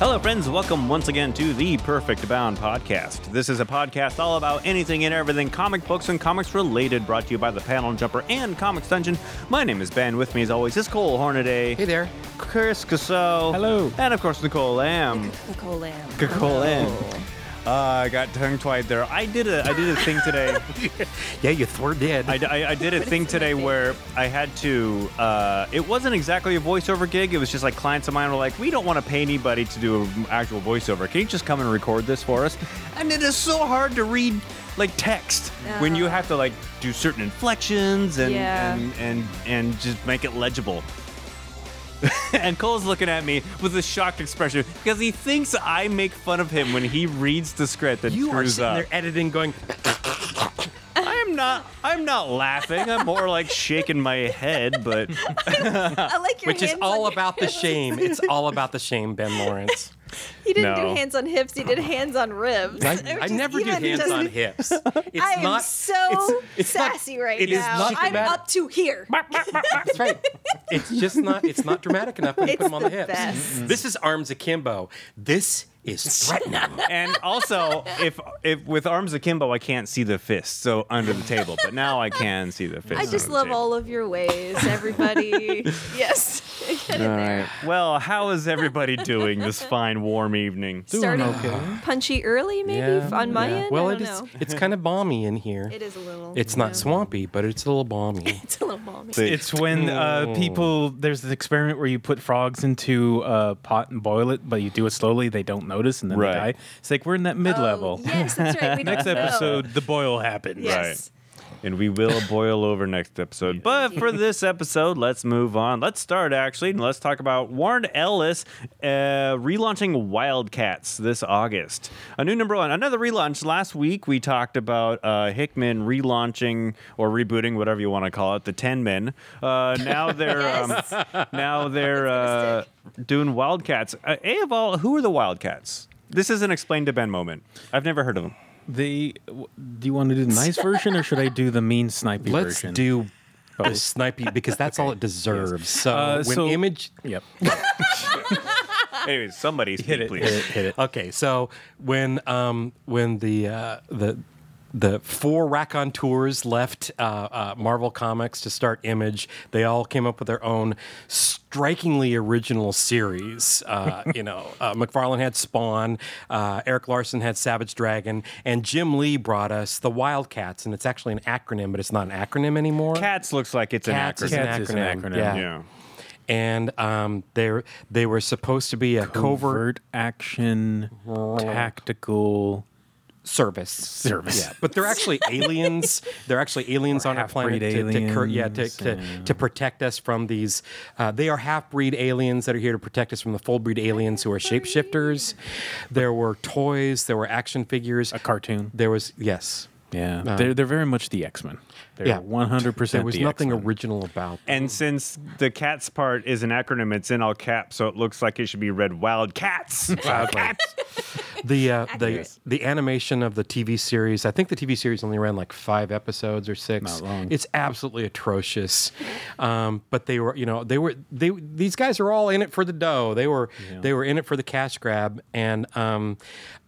Hello, friends. Welcome once again to the Perfect Bound podcast. This is a podcast all about anything and everything comic books and comics related, brought to you by the Panel Jumper and Comics Dungeon. My name is Ben. With me, as always, is Cole Hornaday. Hey there. Chris Casso. Hello. And of course, Nicole Lamb. Nicole Lamb. Nicole Lamb. Oh. Uh, I got tongue tied there. I did a I did a thing today. Yeah, you thwar did. I, d- I- I did a thing today where I had to. Uh, it wasn't exactly a voiceover gig. It was just like clients of mine were like, "We don't want to pay anybody to do an actual voiceover. Can you just come and record this for us?" And it is so hard to read like text when you Yeah. have to like do certain inflections and Yeah. and, and and just make it legible. and Cole's looking at me with a shocked expression because he thinks I make fun of him when he reads the script and You are screws sitting up. there editing, going, I'm not. I'm not laughing. I'm more like shaking my head. But I like your which is hands all on- about the shame. It's all about the shame, Ben Lawrence. He didn't No. do hands on hips. He did hands on ribs. I, Which I is never do even hands just- on hips. It's I am not so not- sassy right it is now. not I'm dramatic. up to here. That's right. It's just not. It's not dramatic enough when you It's put them on the, the hips. best. This is arms akimbo. This is threatening. and also, if if with arms akimbo, I can't see the fist. So under the table. But now I can see the fist. I just love all of your ways, everybody. yes. Get in there. Well, how is everybody doing this fine warm evening? Starting punchy early, maybe f- on my yeah. end. Well, I it don't is. know. It's kind of balmy in here. It is a little. It's not yeah. swampy, but it's a little balmy. It's a little balmy. It's when uh, people there's this experiment where you put frogs into a pot and boil it, but you do it slowly. They don't notice and then Right. they die. It's like we're in that mid Oh, level. Yes, that's right. We Next don't know. episode, the boil happens. Yes. And we will boil over next episode. But for this episode, let's move on. Let's start actually, and let's talk about Warren Ellis uh, relaunching Wildcats this August. A new number one, another relaunch. Last week we talked about uh, Hickman relaunching or rebooting, whatever you want to call it, the Ten Men. Uh, now they're Yes. um, now they're uh, doing Wildcats. Uh, a of all, who are the Wildcats? This is an explain to Ben moment. I've never heard of them. They w- do you want to do the nice version or should I do the mean snipey Let's version? Oh. do the snipey because that's all it deserves. So Uh, when so- image Yep. Anyways, somebody speak, please. hit it. Okay, so when um when the uh, the the four raconteurs left uh, uh, Marvel Comics to start Image. They all came up with their own strikingly original series. Uh, you know, uh, McFarlane had Spawn, uh, Eric Larson had Savage Dragon, and Jim Lee brought us the Wildcats, and it's actually an acronym, but it's not an acronym anymore. Cats looks like it's an Cats acronym. is an Cats is an acronym. acronym, Yeah. Yeah. And um, they they were supposed to be a covert Overt action tactical service Service. yeah but they're actually aliens they're actually aliens on our planet half-breed to, to cur- yeah, to, aliens, to, to protect us from these uh, they are half-breed aliens that are here to protect us from the full-breed aliens who are shapeshifters there were toys there were action figures a cartoon. there was yes Yeah. they're they're very much the X Men. They're Yeah. one hundred percent. there was nothing original about them. And since the cats part is an acronym, it's in all caps, so it looks like it should be read Wild Cats. the uh, the the animation of the TV series. I think the TV series only ran like five episodes or six. Not long. It's absolutely atrocious. Um, but they were, you know, they were they these guys are all in it for the dough. They were they were in it for the cash grab, and um,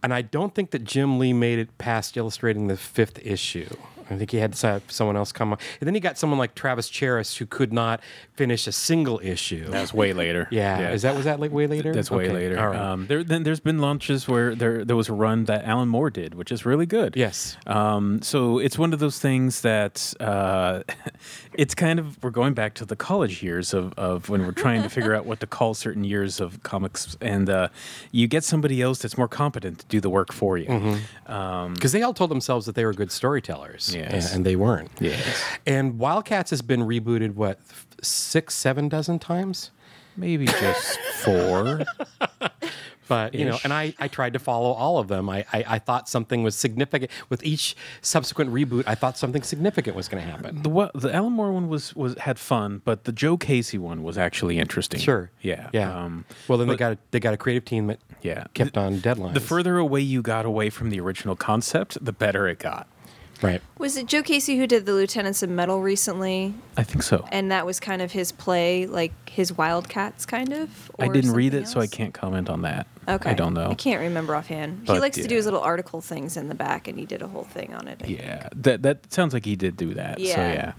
and I don't think that Jim Lee made it past illustrating the fifth issue. I think he had to have someone else come on, and then he got someone like Travis Charis who could not finish a single issue. That's way later. yeah. is that was that like way later? That's way Okay. later. All right. Um, there, then there's been launches where there there was a run that Alan Moore did, which is really good. yes. Um, so it's one of those things that uh, it's kind of we're going back to the college years of, of when we're trying to figure out what to call certain years of comics, and uh, you get somebody else that's more competent to do the work for you. because they all told themselves that they were good storytellers, Yes. and, and they weren't. Yes. And Wildcats has been rebooted what f- six, seven dozen times, Maybe just four. but you know, Ish. and I, I tried to follow all of them. I, I I thought something was significant with each subsequent reboot. I thought something significant was going to happen. The what the Alan Moore one was was had fun, but the Joe Casey one was actually interesting. Sure. Yeah. Yeah. Um, well, then they got a, they got a creative team that Yeah. kept on deadlines. the further away you got away from the original concept, the better it got. Right. Was it Joe Casey who did the Lieutenants of Metal recently? I think so. And that was kind of his play, like his Wildcats, kind of. I or didn't read it, something so I else? can't comment on that. Okay. I don't know. I can't remember offhand. he But, likes to do yeah. his little article things in the back, and he did a whole thing on it. I think. Yeah, that that sounds like he did do that. Yeah. So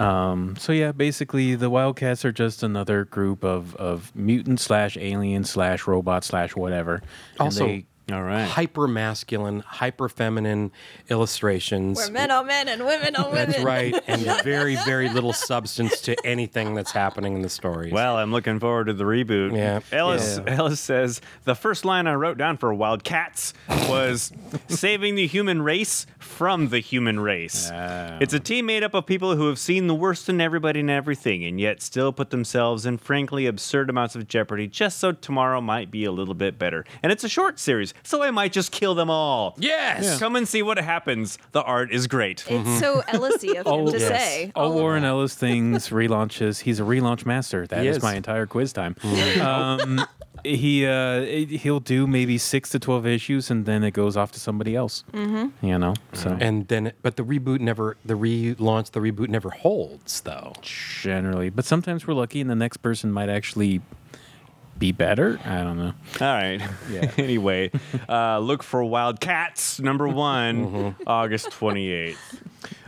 yeah, um, so yeah, basically the Wildcats are just another group of of mutant slash alien slash robot slash whatever. And Also, they- all right, Hyper masculine, hyper feminine illustrations. Where men are men and women are women. That's right, and very, very little substance to anything that's happening in the stories. Well, I'm looking forward to the reboot. Yeah. Ellis Yeah. Ellis says the first line I wrote down for Wildcats was saving the human race from the human race. It's a team made up of people who have seen the worst in everybody and everything and yet still put themselves in frankly absurd amounts of jeopardy just so tomorrow might be a little bit better. And it's a short series, so I might just kill them all. Yes! Yeah. Come and see what happens. The art is great. It's so Ellisy of him Mm-hmm. Oh, to yes. say. all Warren Ellis things relaunches. He's a relaunch master. That He is is. my entire quiz time. um, he uh, he'll do maybe six to twelve issues, and then it goes off to somebody else. Mm-hmm. You know, so and then, but the reboot never, the relaunch, the reboot never holds, though. generally, but sometimes we're lucky, and the next person might actually be better. I don't know. All right. Yeah. anyway, uh, look for Wild Cats number one, August 28th.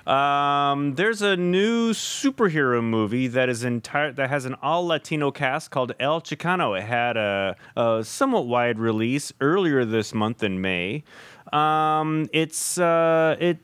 Um, there's a new superhero movie that is entire that has an all Latino cast called El Chicano. It had a, a somewhat wide release earlier this month in May. Um, it's uh, it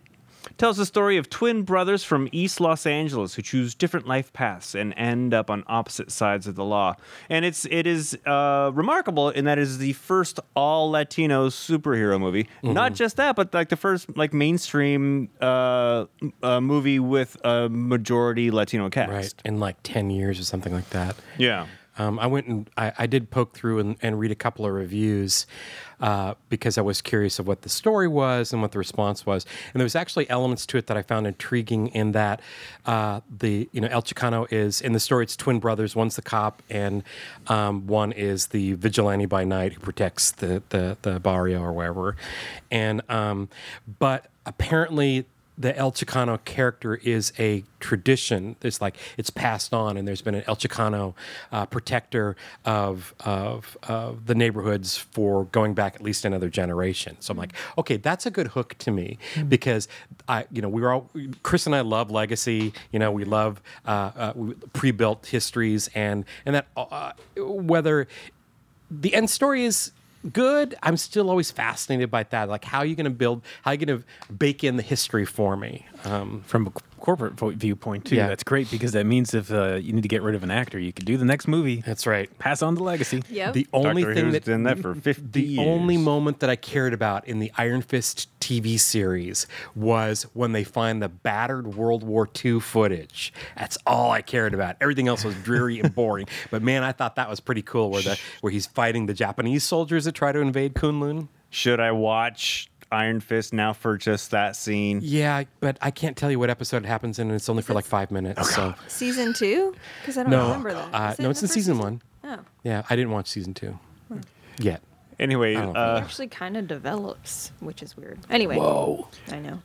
tells the story of twin brothers from East Los Angeles who choose different life paths and end up on opposite sides of the law. And it's it is uh, remarkable in that it is the first all Latino superhero movie. Mm-hmm. Not just that, but like the first like mainstream uh, m- uh, movie with a majority Latino cast. Right. In like 10 years or something like that. Yeah. Um, I went and I, I did poke through and, and read a couple of reviews uh, because I was curious of what the story was and what the response was. And there was actually elements to it that I found intriguing in that uh, the you know El Chicano is in the story it's twin brothers. One's the cop and um, one is the vigilante by night who protects the the, the barrio or wherever. And um, but apparently the El Chicano character is a tradition. It's like it's passed on, and there's been an El Chicano uh, protector of, of of the neighborhoods for going back at least another generation. So I'm like, okay, that's a good hook to me because I, you know, we were all Chris and I love legacy. You know, we love uh, uh, we- pre-built histories, and and that uh, whether the end story is good. I'm still always fascinated by that. Like, how are you going to build? How are you going to bake in the history for me? Um, from a c- corporate vo- viewpoint too. Yeah. That's great because that means if uh, you need to get rid of an actor, you could do the next movie. That's right. Pass on the oh. legacy. Yep. The only Doctor thing Who's that done that for 50 the years. only moment that I cared about in the Iron Fist TV series was when they find the battered World War II footage. That's all I cared about. Everything else was dreary and boring. But man, I thought that was pretty cool where the where he's fighting the Japanese soldiers that try to invade Kunlun. Should I watch Iron Fist now for just that scene? Yeah, but I can't tell you what episode it happens in, and it's only for like five Oh, minutes. so Season two? Because I don't no, remember that. Uh, Is it no, it's the in first season one. Oh. Uh. Yeah, I didn't watch season two yet. Anyway, don't uh, It actually kind of develops, which is weird. Anyway. Whoa. I know.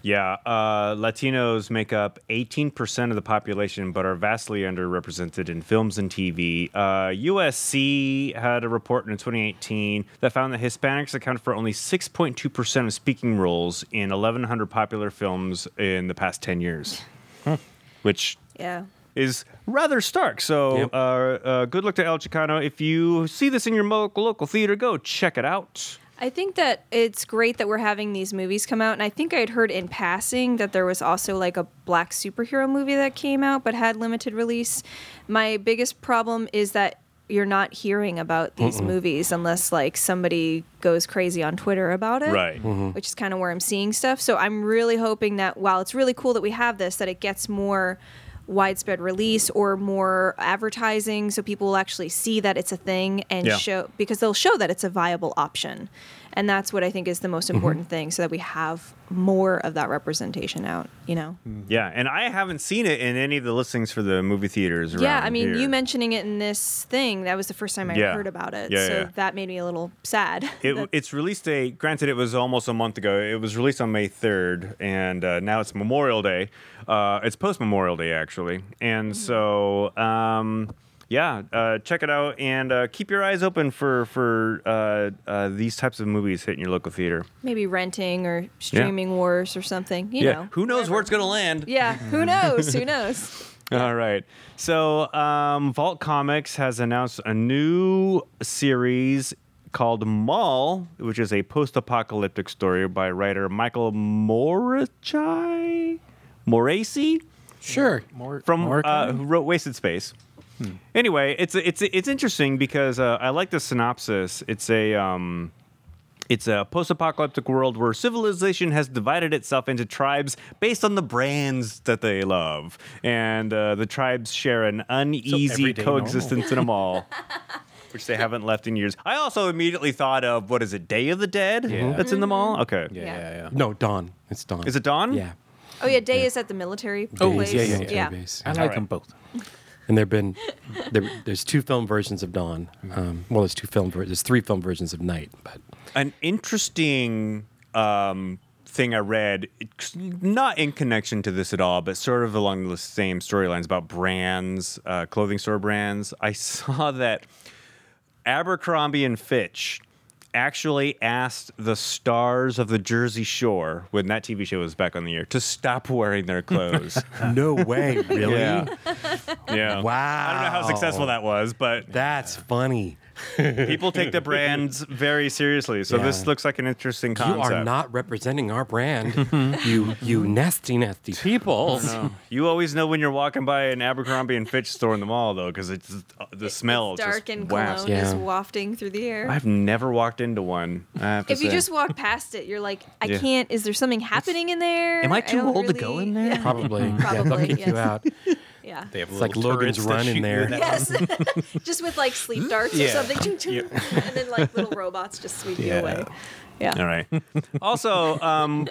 Yeah, uh, Latinos make up 18% of the population, but are vastly underrepresented in films and TV. Uh, USC had a report in 2018 that found that Hispanics accounted for only 6.2% of speaking roles in 1,100 popular films in the past 10 years, which Yeah. is rather stark. So, Yep. uh, uh, good luck to El Chicano. If you see this in your mo- local theater, go check it out. I think that it's great that we're having these movies come out. And I think I'd heard in passing that there was also like a black superhero movie that came out but had limited release. My biggest problem is that you're not hearing about these movies unless like somebody goes crazy on Twitter about it. Right. Which is kind of where I'm seeing stuff. So I'm really hoping that while it's really cool that we have this, that it gets more widespread release or more advertising so people will actually see that it's a thing and Yeah. show because they'll show that it's a viable option and that's what I think is the Mm-hmm. most important thing, so that we have more of that representation out. You know. Yeah, and I haven't seen it in any of the listings for the movie theaters. Yeah, around I mean, here. you mentioning it in this thing, that was the first time I Yeah. heard about it. Yeah, so yeah. that made me a little sad. It, it's released a granted it was almost a month ago. It was released on May third, and uh, now it's Memorial Day. Uh, it's post Memorial Day actually, and Mm-hmm. so um, yeah, uh, check it out and uh, keep your eyes open for for uh, uh, these types of movies hitting your local theater. Maybe renting or streaming wars or something, you know. who knows where it's gonna land? Yeah, who knows? Who knows? All right. So, um, Vault Comics has announced a new series called Mall, which is a post apocalyptic story by writer Michael Morachai? Moraci? Sure. More From more uh, who wrote Wasted Space. Hmm. Anyway, it's it's it's interesting because uh, I like the synopsis. It's a um, it's a post-apocalyptic world where civilization has divided itself into tribes based on the brands that they love, and uh, the tribes share an uneasy everyday coexistence in a mall. Which they haven't left in years. I also immediately thought of what is it, Day of the Dead? Yeah. Mm-hmm. That's in the mall. Okay, yeah, Yeah. yeah, yeah. No, Dawn. It's Dawn. is it Dawn? Yeah. Oh yeah, Day is at the military Oh, place. yeah, yeah, yeah. Base. I like right. them both. And there've been there, there's two film versions of Dawn. Mm-hmm. Um, well, there's two film ver- there's three film versions of Night, but an interesting um, thing I read, it's not in connection to this at all, but sort of along the same storylines about brands, uh, clothing store brands. I saw that Abercrombie and Fitch actually asked the stars of the Jersey Shore when that TV show was back on the air to stop wearing their clothes. no way, really. Yeah. yeah. I don't know how successful that was, but That's funny. people take the brands very seriously. So this Yeah. looks like an interesting concept. You are not representing our brand. you you nasty nasty people. You always know when you're walking by an Abercrombie and Fitch store in the mall, though, because it's uh, the smell. It's is dark just and wafts. cologne is Yeah. wafting through the air. I've never walked into one. I have to if you say. just walk past it, you're like, I Yeah. can't. Is there something happening in there? Am I too don't old to go in there? Yeah. Probably. Yeah, they'll Probably, kick you yes. out. yeah. have It's like little Logan's turrets that Run in shoot you there. in that- Yes, just with like sleep darts or something, and then like little robots just sweep you Yeah. away. Yeah. All right. also, um,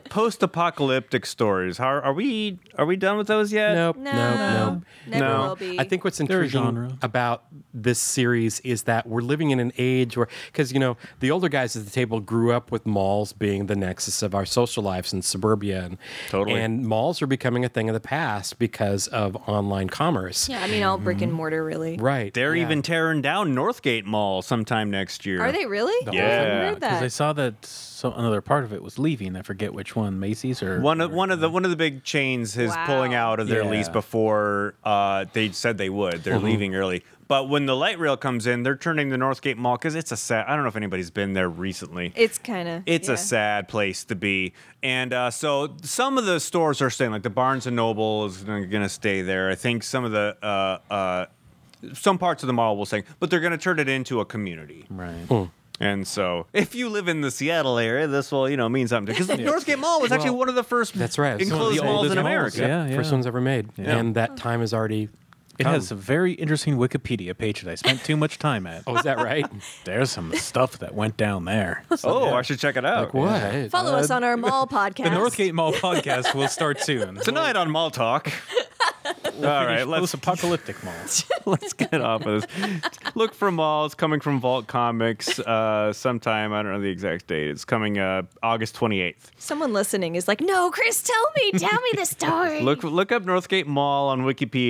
post-apocalyptic stories. How, are we are we done with those yet? Nope. No, nope. Nope. never No. will be. I think what's They're a intriguing genre. about this series is that we're living in an age where, because you know, the older guys at the table grew up with malls being the nexus of our social lives in suburbia, and Totally. and malls are becoming a thing of the past because of online commerce. Yeah, I mean all brick and Mm-hmm. mortar really. Right. They're yeah. even tearing down Northgate Mall sometime next year. Are they really? Yeah. I haven't heard Because I that. saw that so another part of it was leaving. I forget which one, Macy's or One of or- one of the one of the big chains is Wow. pulling out of their Yeah. lease before uh, they said they would. Mm-hmm. They're leaving early. But when the light rail comes in, they're turning the Northgate Mall because it's a sad. I don't know if anybody's been there recently. It's kind of. It's a sad place to be, and uh, so some of the stores are staying. Like the Barnes and Noble is going to stay there. I think some of the uh, uh, some parts of the mall will stay, but they're going to turn it into a community. right. Hmm. And so, if you live in the Seattle area, this will, you know, mean something because the Northgate Mall was actually Well, one of the first That's right. It's one of enclosed the malls oldest in America. Yeah, yeah. First one's ever made, and that time is already. It come. has a very interesting Wikipedia page that I spent too much time at. Oh, is that right? There's some stuff that went down there. Oh, I should check it out. like what? Follow us on our mall podcast. The Northgate Mall podcast will start soon. Tonight on Mall Talk. All right, let's apocalyptic mall. let's get off of this. Look for malls coming from Vault Comics uh, sometime. I don't know the exact date. It's coming uh, August 28th. Someone listening is like, no, Chris, tell me, tell me the story. Look look up Northgate Mall on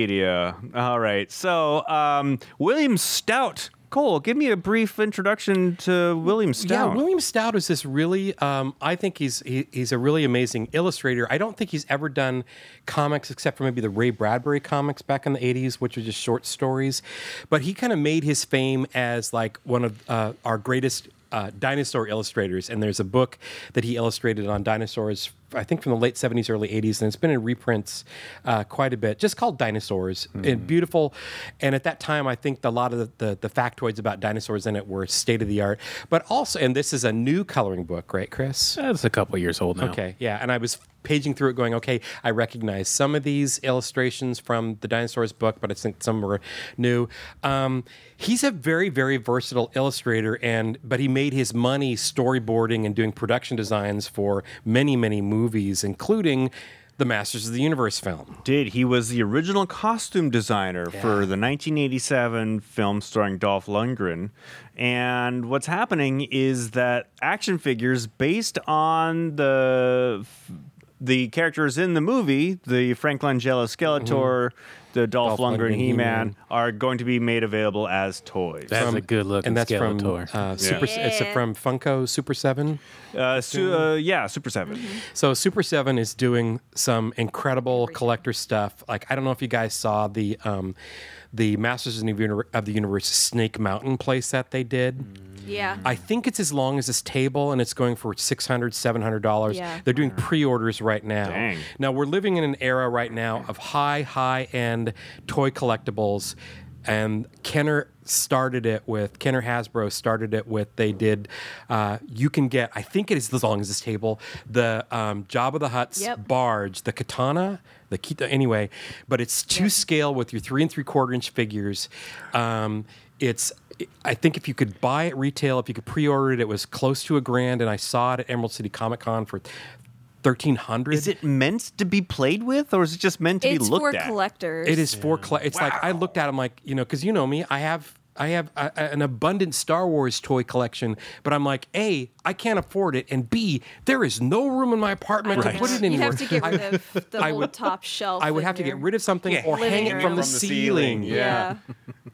Wikipedia. All right. So, um, William Stout. Cole, give me a brief introduction to William Stout. Yeah, William Stout is this really. Um, I think he's he, he's a really amazing illustrator. I don't think he's ever done comics except for maybe the Ray Bradbury comics back in the '80s, which were just short stories. But he kind of made his fame as like one of uh, our greatest. Uh, dinosaur illustrators, and there's a book that he illustrated on dinosaurs I think from the late 70s, early 80s, and it's been in reprints uh, quite a bit, just called Dinosaurs. And beautiful. And at that time, I think a lot of the, the, the factoids about dinosaurs in it were state of the art. But also, and this is a new coloring book, right, Chris? That's a couple years old now. Okay, yeah. And I was paging through it going, okay, I recognize some of these illustrations from the dinosaurs book, but I think some were new. Um, he's a very, very versatile illustrator, and but he made his money storyboarding and doing production designs for many, many movies, including the Masters of the Universe film. Did he was the original costume designer for the 1987 film starring Dolph Lundgren. And what's happening is that action figures based on the the characters in the movie, the Frank Langella Skeletor, the Mm-hmm. Dolph, Dolph Lundgren Lundgren, He-Man, He-Man. are going to be made available as toys. That's From- a good looking and that's Skeletor. from uh, Super. It's Yeah. from Funko Super Seven. Uh, su- uh, yeah, Super 7. So Super Seven is doing some incredible collector stuff. Like I don't know if you guys saw the um, the Masters of the Univer- of the Universe Snake Mountain playset they did. Yeah. I think it's as long as this table and it's going for $600, $700. Yeah. They're doing pre orders right now. Dang. Now, we're living in an era right now of high, high end toy collectibles. And Kenner started it with, Kenner Hasbro started it with, they did, uh, you can get, I think it is as long as this table, the um, Job of the Hutt's Yep. barge, the katana, the kita, anyway, but it's to scale with your three and three quarter inch figures. Um, it's, I think if you could buy it retail, if you could pre order it, it was close to a grand, and I saw it at Emerald City Comic Con for 1300 Is it meant to be played with, or is it just meant to it's be looked for at? collectors. It is for colle- it's like I looked at him like you know because you know me I have I have a, a- an abundant Star Wars toy collection but I'm like a I can't afford it and b there is no room in my apartment to put it You'd anywhere. have to get rid I- of the I whole would- top shelf. I would in have to your- get rid of something or Living hang it room. from the, From the ceiling, ceiling. Yeah.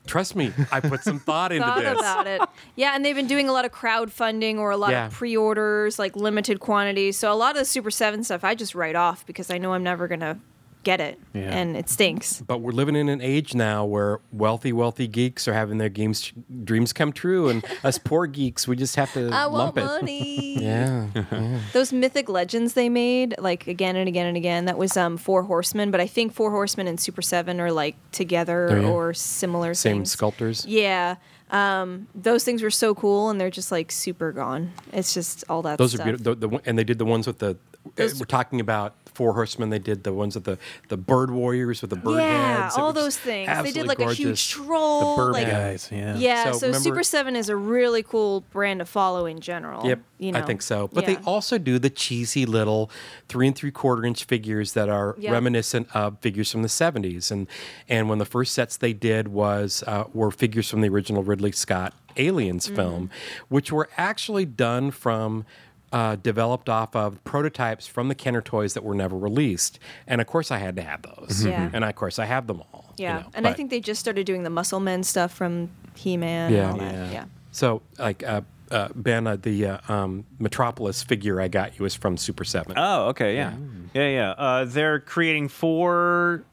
Trust me, I put some thought into Thought this. about it. Yeah, and they've been doing a lot of crowdfunding or a lot Yeah. of pre-orders, like limited quantities. So a lot of the Super Seven stuff, I just write off because I know I'm never gonna get it, and it stinks. But we're living in an age now where wealthy, wealthy geeks are having their games dreams come true, and us poor geeks, we just have to lump it. money. Yeah. Those mythic legends they made, like again and again and again. That was um, Four Horsemen, but I think Four Horsemen and Super Seven are like together Oh, yeah. or similar. Same things. sculptors. Yeah. Um, those things were so cool, and they're just like super gone. It's just all that. Those stuff. are beautiful. The, the, one- and they did the ones with the. eh, Those- we're talking about Four Horsemen. They did the ones with the, the bird warriors with the bird yeah, heads. It all was those things. They did absolutely like a huge gorgeous. troll. Burbank like, guys, yeah. Yeah, So so, remember- Super Seven is a really cool brand to follow in general. Yep, you know? I think so. But Yeah. they also do the cheesy little three and three quarter inch figures that are Yep. reminiscent of figures from the '70s. And and one of the first sets they did was uh, were figures from the original Ridley Scott Aliens Mm-hmm. film, which were actually done from. Uh, developed off of prototypes from the Kenner toys that were never released, and of course I had to have those, Mm-hmm. Yeah. and of course I have them all. you Yeah, know, and I but- think they just started doing the Muscle Men stuff from He Man. Yeah. Yeah, and all that. Yeah. yeah. So, like, uh, uh, Ben, uh, the uh, um, Metropolis figure I got you is from Super 7. Oh, okay, yeah, yeah, yeah. Uh, they're creating four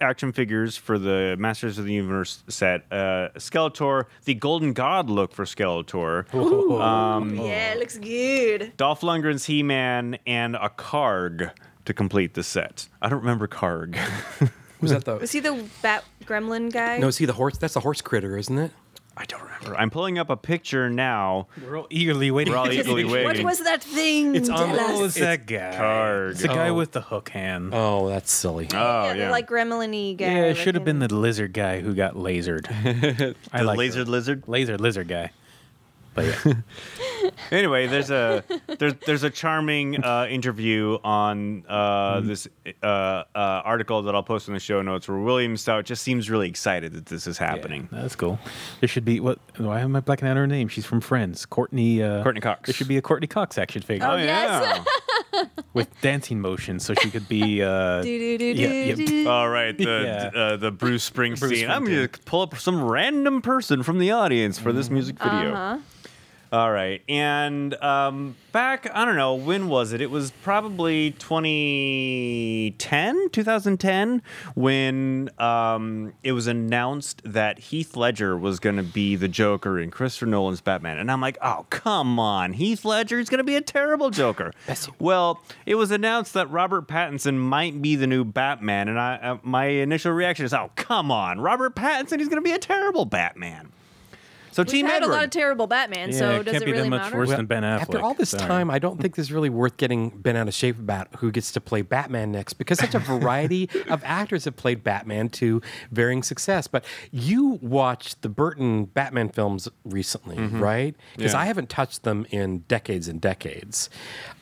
action figures for the Masters of the Universe set. Uh, Skeletor, the Golden God look for Skeletor, Oh. yeah, it looks good. Dolph Lundgren's He-Man, and a Karg to complete the set. I don't remember Karg. Was that the. Was he the Bat Gremlin guy? No, is he the horse? That's the horse critter, isn't it? I don't remember. I'm pulling up a picture now. We're all eagerly waiting. We're all for this eagerly picture. waiting. what was that thing? It's on Tell the- Who us. is that guy? Karg. It's the guy Oh. with the hook hand. Oh, that's silly. Oh yeah, yeah, they're like gremlin-y guy. yeah, it like should have been in- the lizard guy who got lasered. I the like laser that. lizard. laser lizard guy. But yeah, anyway, there's a there's there's a charming uh, interview on Mm-hmm. uh, this uh, uh, article that I'll post in the show notes where William Stout just seems really excited that this is happening. that's cool. There should be what? Why am I blacking out her name? She's from Friends. Courtney. Uh, Courtney Cox. There should be a Courtney Cox action figure Oh, yes. with dancing motion, so she could be. Uh, yeah, yeah. Do-do-do-do-do. All right, the Yeah. uh, the Bruce Springsteen. Bruce Mm-hmm. Uh-huh. I'm gonna pull up some random person from the audience for this music video. All right. And um, back, I don't know, when was it? It was probably 2010, 2010, when um, it was announced that Heath Ledger was going to be the Joker in Christopher Nolan's Batman. And I'm like, oh, come on. Heath Ledger is going to be a terrible Joker. well, it was announced that Robert Pattinson might be the new Batman. And I, uh, my initial reaction is, oh, come on. Robert Pattinson is going to be a terrible Batman. So We've Team had Edward. a lot of terrible Batman, yeah, so it does can't it be really that much matter? worse than Ben Affleck. After all this Sorry. time, I don't think there's really worth getting bent out of shape about who gets to play Batman next because such a variety of actors have played Batman to varying success. But you watched the Burton Batman films recently, right? Because Yeah. I haven't touched them in decades and decades.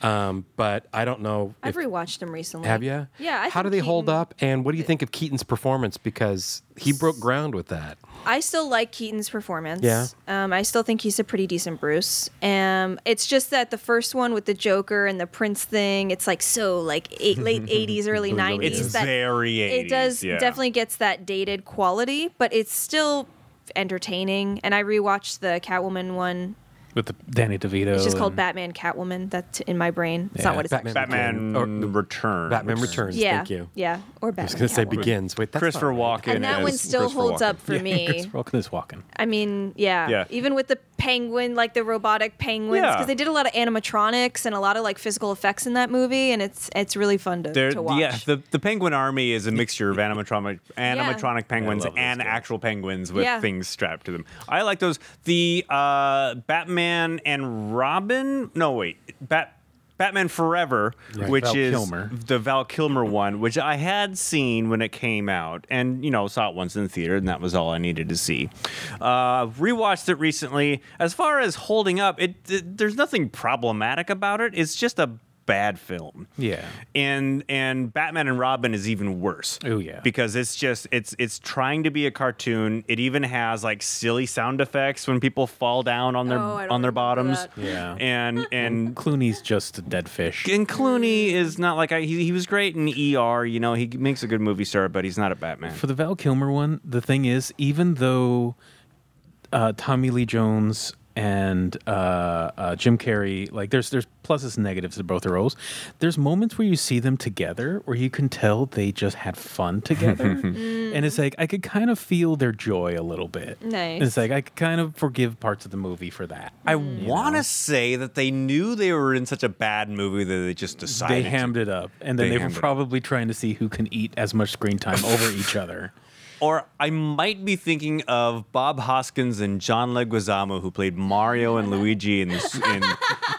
Um, but I don't know. I've If, rewatched him recently. have you? Yeah. I How do think they hold Keaton- up? And what do you think of Keaton's performance? Because he broke ground with that. I still like Keaton's performance. Yeah. Um, I still think he's a pretty decent Bruce. Um, it's just that the first one with the Joker and the Prince thing, it's like so like eight, late eighties, early nineties. It's that very It 80s, does yeah. definitely gets that dated quality, but it's still entertaining. And I rewatched the Catwoman one. with the Danny DeVito. It's just called and- Batman Catwoman. That's in my brain. It's Yeah, not what it's Oh. Batman Batman Begins- or- Returns. Batman Returns. Yeah. Thank you. Yeah. Or Batman. I was going to say Catwoman. begins. Wait, that's not Christopher right. Walken. And that as one still Christopher holds Walken. up for Yeah, me. Chris Walken is walking. I mean, yeah. Yeah. Even with the penguin, like the robotic penguins, Yeah. because they did a lot of animatronics and a lot of like physical effects in that movie, and it's it's really fun to, There- to watch. Yeah, the, the penguin army is a mixture of animatronic animatronic penguins love those and guys. actual penguins with Yeah. things strapped to them. I like those. The uh, Batman and Robin. No, wait, Bat. Batman Forever, which Val is Kilmer. the Val Kilmer one, which I had seen when it came out, and you know saw it once in the theater, and that was all I needed to see. Uh, rewatched it recently. As far as holding up, it, it there's nothing problematic about it. It's just a bad film Yeah. and and Batman and Robin is even worse. Oh, yeah. because it's just it's it's trying to be a cartoon. It even has like silly sound effects when people fall down on their Oh, I don't on their remember bottoms. that. Yeah. and and. Clooney's just a dead fish. And Clooney is not like I, he, he was great in ER. You know, he makes a good movie star, but he's not a Batman. For the Val Kilmer one, the thing is, even though uh, Tommy Lee Jones and uh, uh, Jim Carrey, like there's there's pluses and negatives to both the roles. There's moments where you see them together where you can tell they just had fun together, Mm. and it's like I could kind of feel their joy a little bit. Nice. It's like I could kind of forgive parts of the movie for that. I want to say that they knew they were in such a bad movie that they just decided. they to- hammed it up, and then They they, were hammed it up. probably trying to see who can eat as much screen time over each other. Or I might be thinking of Bob Hoskins and John Leguizamo, who played Mario and Luigi in this, in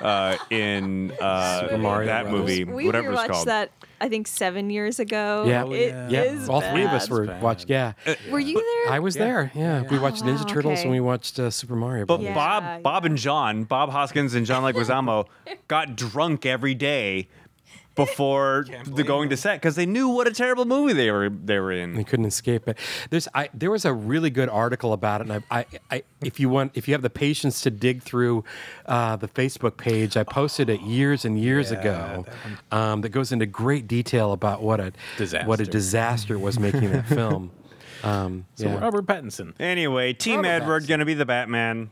uh, in uh, Mario that Brothers. movie, we whatever it's rewatched called. that I think seven years ago. Yeah. Oh, It yeah. Yeah, is all three of us bad. uh, were Bad. watched. Yeah, Were you there? I was there. Yeah, we watched Ninja wow, Turtles Oh, okay. and we watched uh, Super Mario. But Brothers. Yeah, Bob, Bob and John, Bob Hoskins and John Leguizamo, got drunk every day before the going to set because they knew what a terrible movie they were they were they in. couldn't escape it. There's I, there was a really good article about it, and I, I, I if you want if you have the patience to dig through uh, the Facebook page, I posted it years and years ago. um, that goes into great detail about what a what Disaster. a disaster was making that film. Um, So yeah. Robert Pattinson. Anyway, Team Robert Edward Pattinson. gonna be the Batman.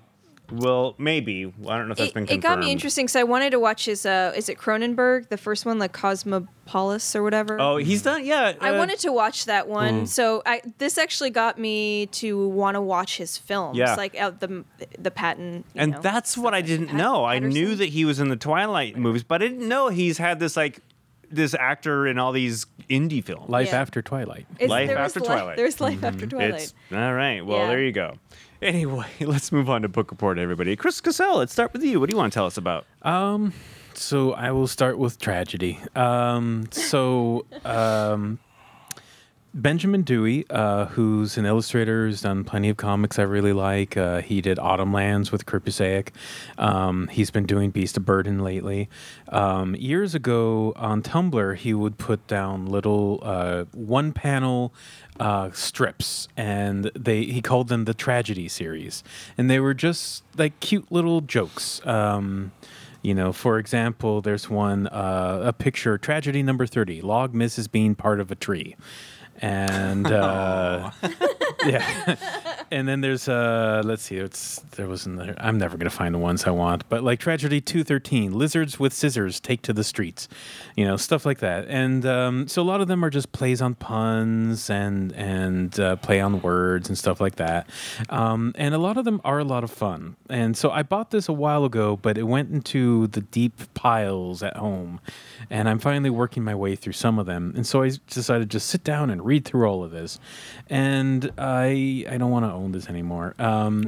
Well, maybe I don't know if that's It, been it confirmed. got me interesting because I wanted to watch his. Uh, is it Cronenberg, the first one, like Cosmopolis or whatever? Oh, he's done. Yeah, I uh, wanted to watch that one, Mm. so I this actually got me to want to watch his films, Yeah. like out the the Patton. you And know, that's stuff what I like didn't Pat- know. I knew Patterson. that he was in the Twilight movies, but I didn't know he's had this like this actor in all these indie films. Life Yeah. after Twilight. It's- Life there was After li- Twilight. There's life after Twilight. it's all right. Well, Yeah. there you go. Anyway, let's move on to book report, everybody. Chris Cassell, let's start with you. What do you want to tell us about? So I will start with tragedy. Um, so um, Benjamin Dewey, uh, who's an illustrator, who's done plenty of comics I really like. Uh, he did Autumn Lands with Kripusaic. Um, he's been doing Beast of Burden lately. Um, years ago on Tumblr, he would put down little uh, one panel uh, strips, and they he called them the tragedy series, and they were just like cute little jokes. Um, you know, for example, there's one uh, a picture tragedy number thirty: log misses being part of a tree, and uh, yeah, And then there's uh let's see, it's there was another I'm never gonna find the ones I want, but like Tragedy two thirteen, Lizards with Scissors Take to the Streets. You know, stuff like that. And um, so a lot of them are just plays on puns and and uh, play on words and stuff like that. Um, and a lot of them are a lot of fun. And so I bought this a while ago, but it went into the deep piles at home. And I'm finally working my way through some of them. And so I s- decided to just sit down and read through all of this. And I I don't want to own this anymore. Um,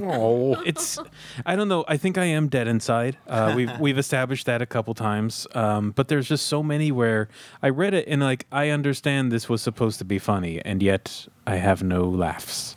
it's I don't know. I think I am dead inside. Uh, we've we've established that a couple times. Um, but there's just so many where I read it and like I understand this was supposed to be funny, and yet I have no laughs.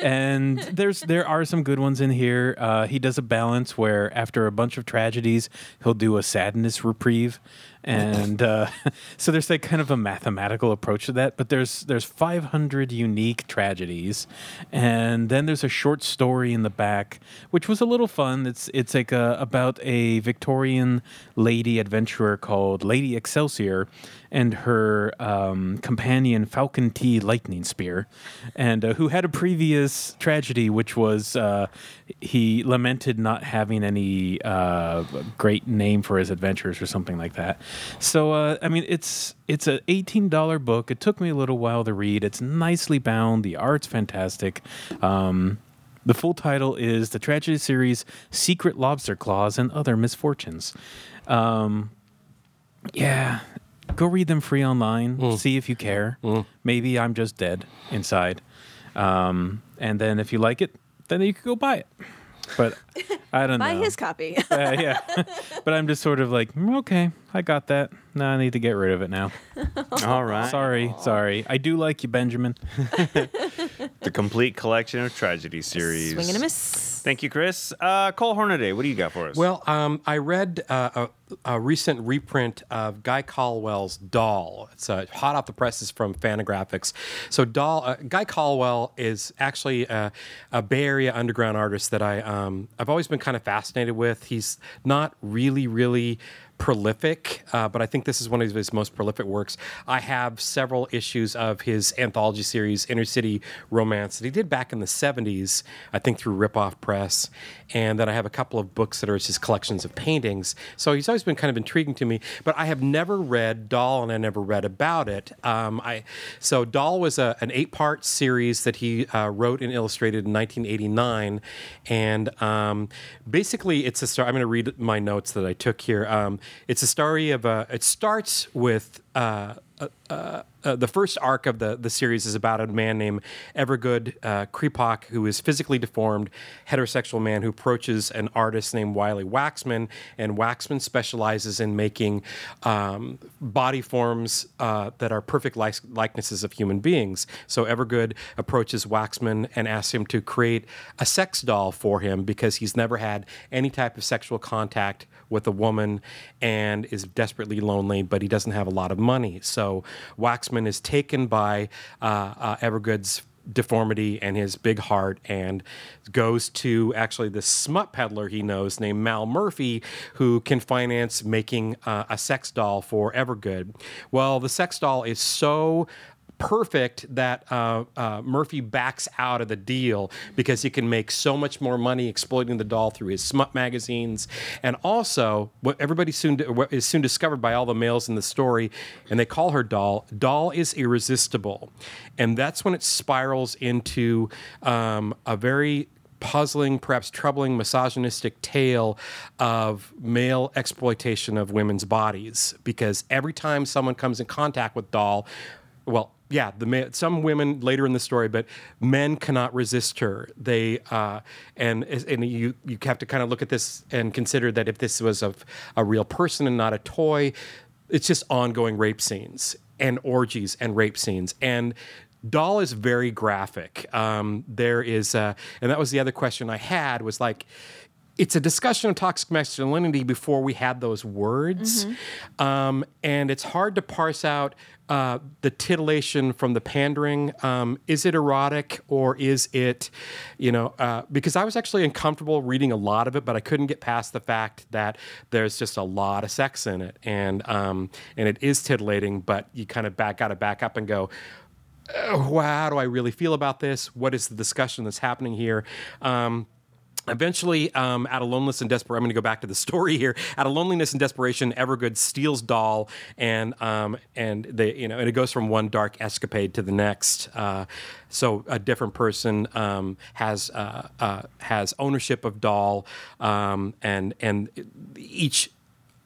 and there's there are some good ones in here. Uh, he does a balance where after a bunch of tragedies, he'll do a sadness reprieve, and uh, so there's like kind of a mathematical approach to that. But there's there's 500 unique tragedies, and then there's a short story in the back, which was a little fun. It's it's like a, about a Victorian lady adventurer called Lady Excelsior, and her um, companion Falcon T Lightning Spear, and uh, who had a previous tragedy, which was uh, he lamented not having any uh, great name for his adventures or something like that. So uh, I mean, it's it's an eighteen dollar book. It took me a little while to read. It's nicely bound. The art's fantastic. Um, the full title is The Tragedy Series Secret Lobster Claws and Other Misfortunes. Um, yeah. Go read them free online. See if you care. Maybe I'm just dead inside. Um, and then if you like it, then you could go buy it. But I don't Buy know. his copy. Uh, yeah. but I'm just sort of like, "Mm, okay, I got that. No, I need to get rid of it now. All right. Sorry, sorry. I do like you, Benjamin. The complete collection of tragedy series. Swing and a miss. Thank you, Chris. Uh, Cole Hornaday, what do you got for us? Well, um, I read uh, a, a recent reprint of Guy Caldwell's Doll. It's uh, hot off the presses from Fanagraphics. So, Doll, uh, Guy Caldwell is actually uh, a Bay Area underground artist that I um, I've always been kind of fascinated with. He's not really, really prolific, uh, but I think this is one of his most prolific works. I have several issues of his anthology series, Inner City Romance, that he did back in the 70s, I think through Ripoff Press. And then I have a couple of books that are his collections of paintings. So he's always been kind of intriguing to me, but I have never read Doll and I never read about it. Um, I So Doll was a, an eight part series that he uh, wrote and illustrated in 1989. And um, basically, it's a story. I'm going to read my notes that I took here. Um, it's a story of a. It starts with. Uh, uh, uh, uh, the first arc of the, the series is about a man named Evergood uh, Kripok, who is physically deformed, heterosexual man who approaches an artist named Wiley Waxman, and Waxman specializes in making um, body forms uh, that are perfect like- likenesses of human beings. So Evergood approaches Waxman and asks him to create a sex doll for him because he's never had any type of sexual contact with a woman and is desperately lonely, but he doesn't have a lot of money. So Waxman is taken by uh, uh, Evergood's deformity and his big heart and goes to actually this smut peddler he knows named Mal Murphy who can finance making uh, a sex doll for Evergood. Well, the sex doll is so perfect that uh, uh, Murphy backs out of the deal because he can make so much more money exploiting the doll through his smut magazines. And also, what everybody soon what is soon discovered by all the males in the story, and they call her Doll. Doll is irresistible, and that's when it spirals into um, a very puzzling, perhaps troubling, misogynistic tale of male exploitation of women's bodies. Because every time someone comes in contact with Doll, well, yeah, the ma- some women later in the story, but men cannot resist her. They uh, and and you you have to kind of look at this and consider that if this was a, a real person and not a toy, it's just ongoing rape scenes and orgies and rape scenes and doll is very graphic um, there is uh, and that was the other question i had was like it's a discussion of toxic masculinity before we had those words um, and it's hard to parse out uh, the titillation from the pandering um, is it erotic or is it you know uh, because i was actually uncomfortable reading a lot of it but i couldn't get past the fact that there's just a lot of sex in it and um, and it is titillating but you kind of back got to back up and go uh, wow, how do I really feel about this? What is the discussion that's happening here? Um, Eventually, um, out of loneliness and desperation, I'm going to go back to the story here. Out of loneliness and desperation, Evergood steals Doll, and um, and they, you know, and it goes from one dark escapade to the next. Uh, so a different person um, has uh, uh, has ownership of Doll, um, and and each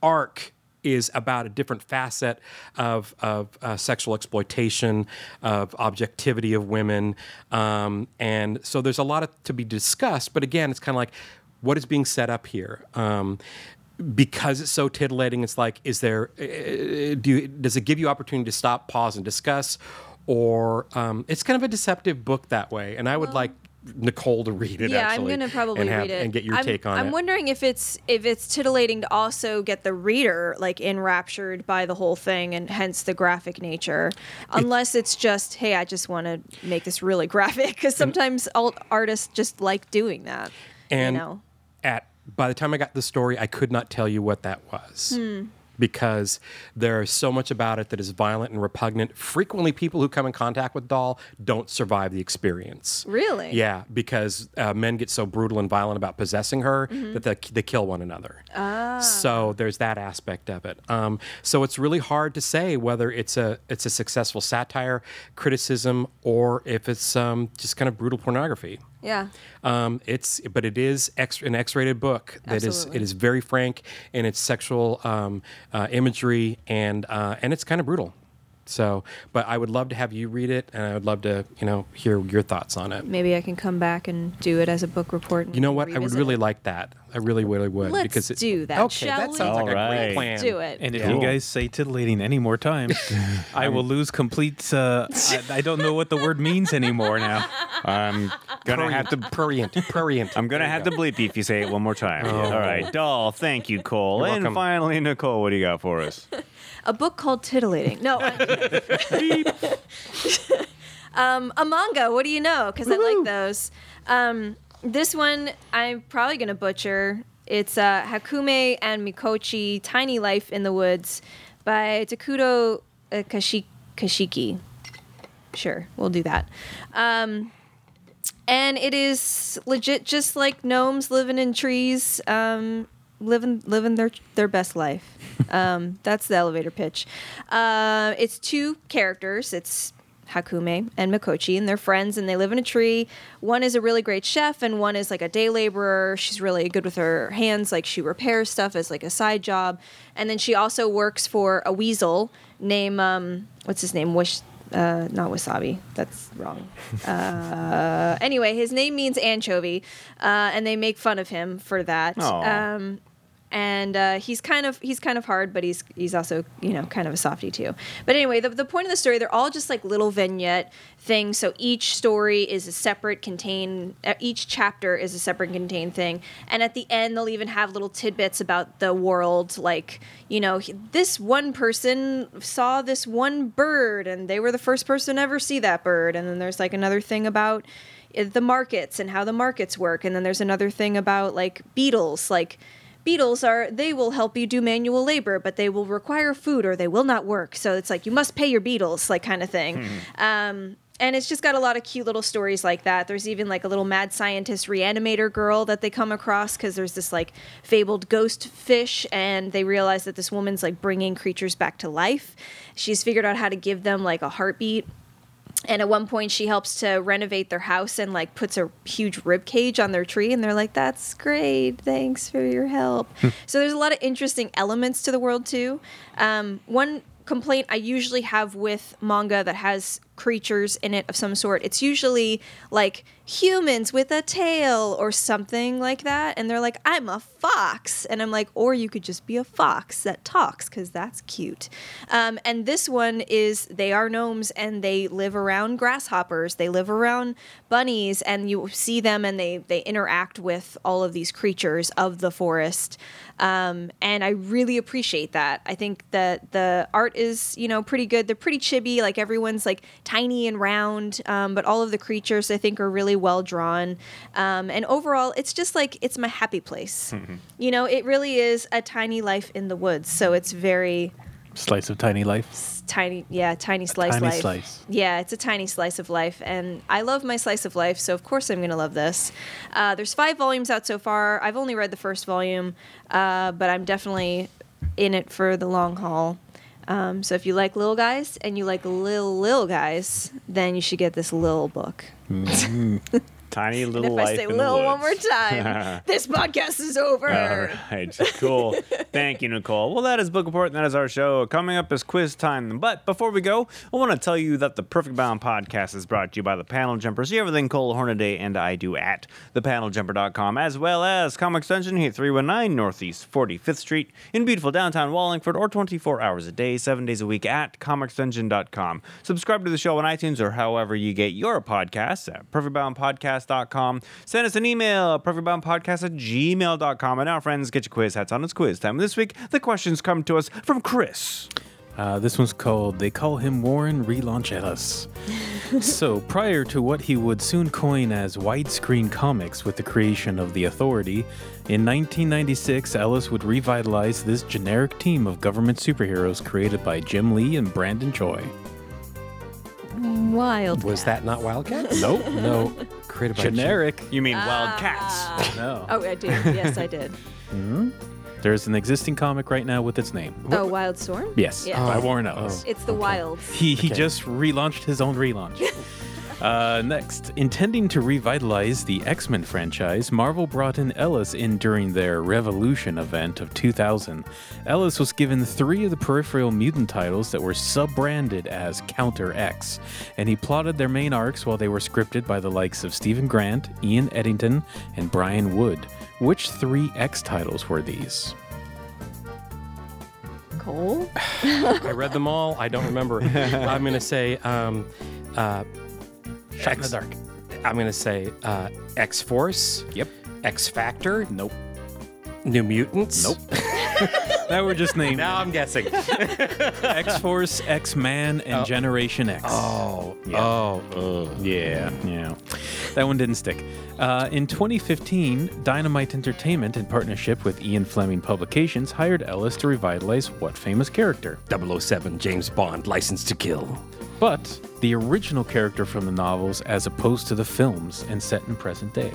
arc is about a different facet of, of uh, sexual exploitation, of objectivity of women. Um, and so there's a lot of, to be discussed, but again, it's kind of like what is being set up here? Um, because it's so titillating, it's like, is there, uh, do you, does it give you opportunity to stop, pause, and discuss? Or um, it's kind of a deceptive book that way. And I would like Nicole to read it yeah, actually. I'm gonna probably and have- read it And get your I'm, take on I'm it. wondering if it's if it's titillating to also get the reader like enraptured by the whole thing and hence the graphic nature, unless it's just hey, I just want to make this really graphic because sometimes alt artists just like doing that. And you know, at by the time I got the story, I could not tell you what that was. Hmm. Because there is so much about it that is violent and repugnant. Frequently, people who come in contact with Doll don't survive the experience. Really? Yeah, because uh, men get so brutal and violent about possessing her Mm-hmm. that they, they kill one another. Ah. So there's that aspect of it. Um, so it's really hard to say whether it's a it's a successful satire, criticism, or if it's um, just kind of brutal pornography. yeah, Um, it's but it is X, an X-rated book that is Absolutely. it is very frank in its sexual um, uh, imagery and uh, and it's kind of brutal. So, but I would love to have you read it, and I would love to you know hear your thoughts on it. maybe I can come back and do it as a book report. and You know what? I would revisit really it. like that. I really, really would Let's because it, do that, Okay, shall that we? sounds like a Alright. great plan. do it. And if Cool. you guys say titillating any more times, I will lose complete. Uh, I, I don't know what the word means anymore now. I'm gonna have to. prurient, prurient. I'm gonna There you have go. Oh. to bleep you if you say it one more time. All right, doll. Thank you, Cole. You're and welcome. finally, Nicole, what do you got for us? a book called Titillating. No, I'm- um, a manga. What do you know? Because I like those. Um, this one I'm probably gonna butcher. It's uh, Hakume and Mikochi: Tiny Life in the Woods by Takuto uh, Kashi- Kashiki. Sure, we'll do that. Um, and it is legit, just like gnomes living in trees, um, living living their their best life. Um, that's the elevator pitch. Uh, it's two characters. It's Hakume and Mikochi, and they're friends, and they live in a tree. One is a really great chef, and one is like a day laborer. She's really good with her hands, like she repairs stuff as like a side job, and then she also works for a weasel named um, what's his name? Wish. Uh, not wasabi. That's wrong. Uh, anyway, his name means anchovy, uh, and they make fun of him for that Uh, Aw. and uh, he's kind of he's kind of hard, but he's he's also you know kind of a softie too. But anyway, the, the point of the story they're all just like little vignette things. So each story is a separate contained uh, each chapter is a separate contained thing, and at the end they'll even have little tidbits about the world, like you know he- this one person saw this one bird, and they were the first person to ever see that bird, and then there's like another thing about uh, the markets and how the markets work, and then there's another thing about like beetles, like beetles are they will help you do manual labor but they will require food or they will not work so it's like you must pay your beetles like kind of thing um, and it's just got a lot of cute little stories like that there's even like a little mad scientist reanimator girl that they come across because there's this like fabled ghost fish and they realize that this woman's like bringing creatures back to life she's figured out how to give them like a heartbeat and at one point, she helps to renovate their house and like puts a huge rib cage on their tree, and they're like, "That's great, thanks for your help." so there's a lot of interesting elements to the world too. Um, one complaint I usually have with manga that has creatures in it of some sort, it's usually like humans with a tail or something like that, and they're like, "I'm a fox," and I'm like, "Or you could just be a fox that talks, because that's cute." Um, and this one is they are gnomes and they live around grasshoppers, they live around bunnies, and you see them and they they interact with all of these creatures of the forest. Um, and I really appreciate that. I think that the art is you know pretty good. They're pretty chibi, like everyone's like tiny and round, um, but all of the creatures I think are really well drawn. Um, and overall, it's just like it's my happy place. you know, it really is a tiny life in the woods. So it's very Slice of tiny life. It's tiny, yeah, tiny slice tiny life. slice. Yeah, it's a tiny slice of life, and I love my slice of life, so of course I'm gonna love this. Uh, there's five volumes out so far. I've only read the first volume, uh, but I'm definitely in it for the long haul. Um, so if you like little guys and you like little little guys, then you should get this little book. Tiny And little if life I say in the little one more woods. time, this podcast is over. All right, cool. Thank you, Nicole. Well, that is Book Report, and that is our show. Coming up is quiz time. But before we go, I want to tell you that the Perfect Bound podcast is brought to you by the Panel Jumper. See everything Cole Hornaday and I do at thepaneljumper.com, as well as Comic Extension here, 319 Northeast 45th Street in beautiful downtown Wallingford, or 24 hours a day, seven days a week at comicextension.com. Subscribe to the show on iTunes or however you get your podcasts at perfectboundpodcast.com. Send us an email at perfectboundpodcast at gmail.com. And now, friends, get your quiz hats on. It's quiz time. This week, the questions come to us from Chris. Uh, this one's called They Call Him Warren Relaunch Ellis. so, prior to what he would soon coin as widescreen comics with the creation of The Authority, in 1996, Ellis would revitalize this generic team of government superheroes created by Jim Lee and Brandon Choi. Wild. Was that not Wildcat? nope. No. Created by Jim- Generic? You mean Wildcats? No. Oh, I did. Yes, I did. There's an existing comic right now with its name. Oh, Wild Storm? Yes, Oh, Yeah. Oh. by Warren Ellis. It's the Wilds. He, he just relaunched his own relaunch. uh, next, intending to revitalize the X Men franchise, Marvel brought in Ellis in during their Revolution event of 2000. Ellis was given three of the peripheral mutant titles that were sub branded as Counter X, and he plotted their main arcs while they were scripted by the likes of Stephen Grant, Ian Eddington, and Brian Wood. Which three X titles were these? Cole? I read them all. I don't remember. I'm going to say um, uh, Shot in the dark. I'm going to say uh, X Force. Yep. X Factor. Nope. New Mutants. Nope. That were just named Now I'm guessing. X Force, X Man, and Generation X. Oh. Oh. ugh. Yeah, yeah. That one didn't stick. Uh, in 2015, Dynamite Entertainment, in partnership with Ian Fleming Publications, hired Ellis to revitalize what famous character? 007 James Bond, License to Kill. But the original character from the novels as opposed to the films and set in present day.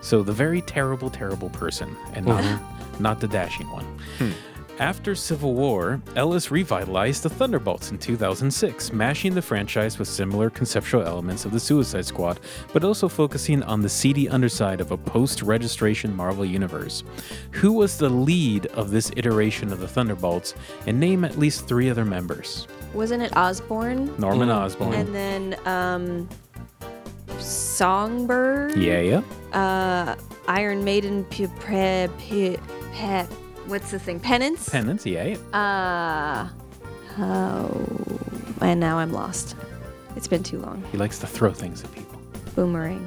So the very terrible, terrible person, and not, not the dashing one. After Civil War, Ellis revitalized the Thunderbolts in 2006, mashing the franchise with similar conceptual elements of the Suicide Squad, but also focusing on the seedy underside of a post registration Marvel universe. Who was the lead of this iteration of the Thunderbolts, and name at least three other members? Wasn't it Osborne? Norman Osborn. And then um, Songbird? Yeah, yeah. Iron Maiden? P- pre- pe- pe- what's the thing? Penance? Penance, yeah, yeah. uh, oh. And now I'm lost. It's been too long. He likes to throw things at people. Boomerang.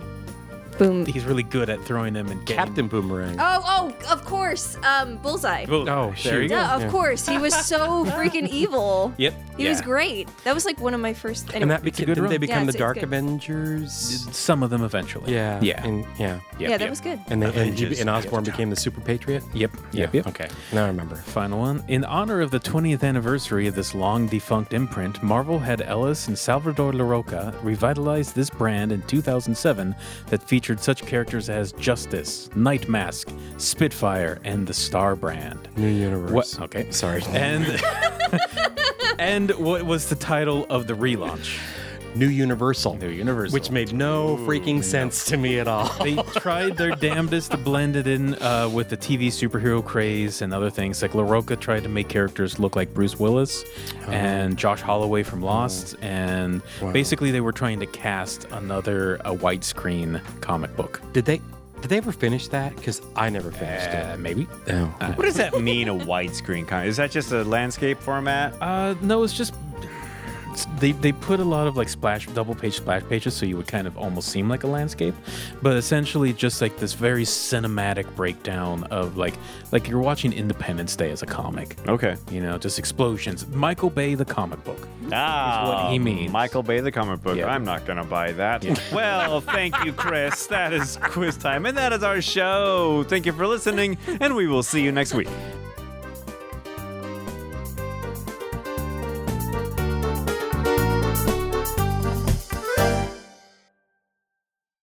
Boom. He's really good at throwing them and getting Captain Boomerang. Oh, oh, of course. Um, Bullseye. Boom. Oh, There you shoot. go. Yeah, of course. He was so freaking evil. Yep. He was Yeah. great. That was like one of my first. Anyway. and that It's a became, good didn't they run. Yeah, become it's- the it's Dark good. Avengers? Some of them eventually. Yeah. Yeah. And, yeah. Yep, yeah, that yep. was good. And, they, and, you- Avengers. and Osborn became the Super Patriot? Yep. Yep. Yep. Okay. Now I remember. Final one. In honor of the 20th anniversary of this long defunct imprint, Marvel had Ellis and Salvador LaRocca revitalize this brand in 2007 that featured such characters as Justice, Night Mask, Spitfire, and the Star Brand. New Universe. What? Okay. Sorry. And and what was the title of the relaunch? New Universal. New Universal. Which made no freaking sense to me at all. they tried their damnedest to blend it in uh, with the TV superhero craze and other things. Like LaRocca tried to make characters look like Bruce Willis and Josh Holloway from Lost, and basically they were trying to cast another a widescreen comic book. Did they did they ever finish that? Because I never finished Uh, maybe. it. No. What does that mean, a widescreen kind? Is that just a landscape format? Uh, no, it's just. it's- They, they put a lot of like splash double page splash pages so you would kind of almost seem like a landscape but essentially just like this very cinematic breakdown of like like you're watching independence day as a comic Okay. You know, just explosions. Michael Bay, the comic book. Ah, he means. Michael Bay, the comic book. Yeah. I'm not going to buy that. Well, thank you, Chris. That is quiz time, and that is our show. Thank you for listening, and we will see you next week.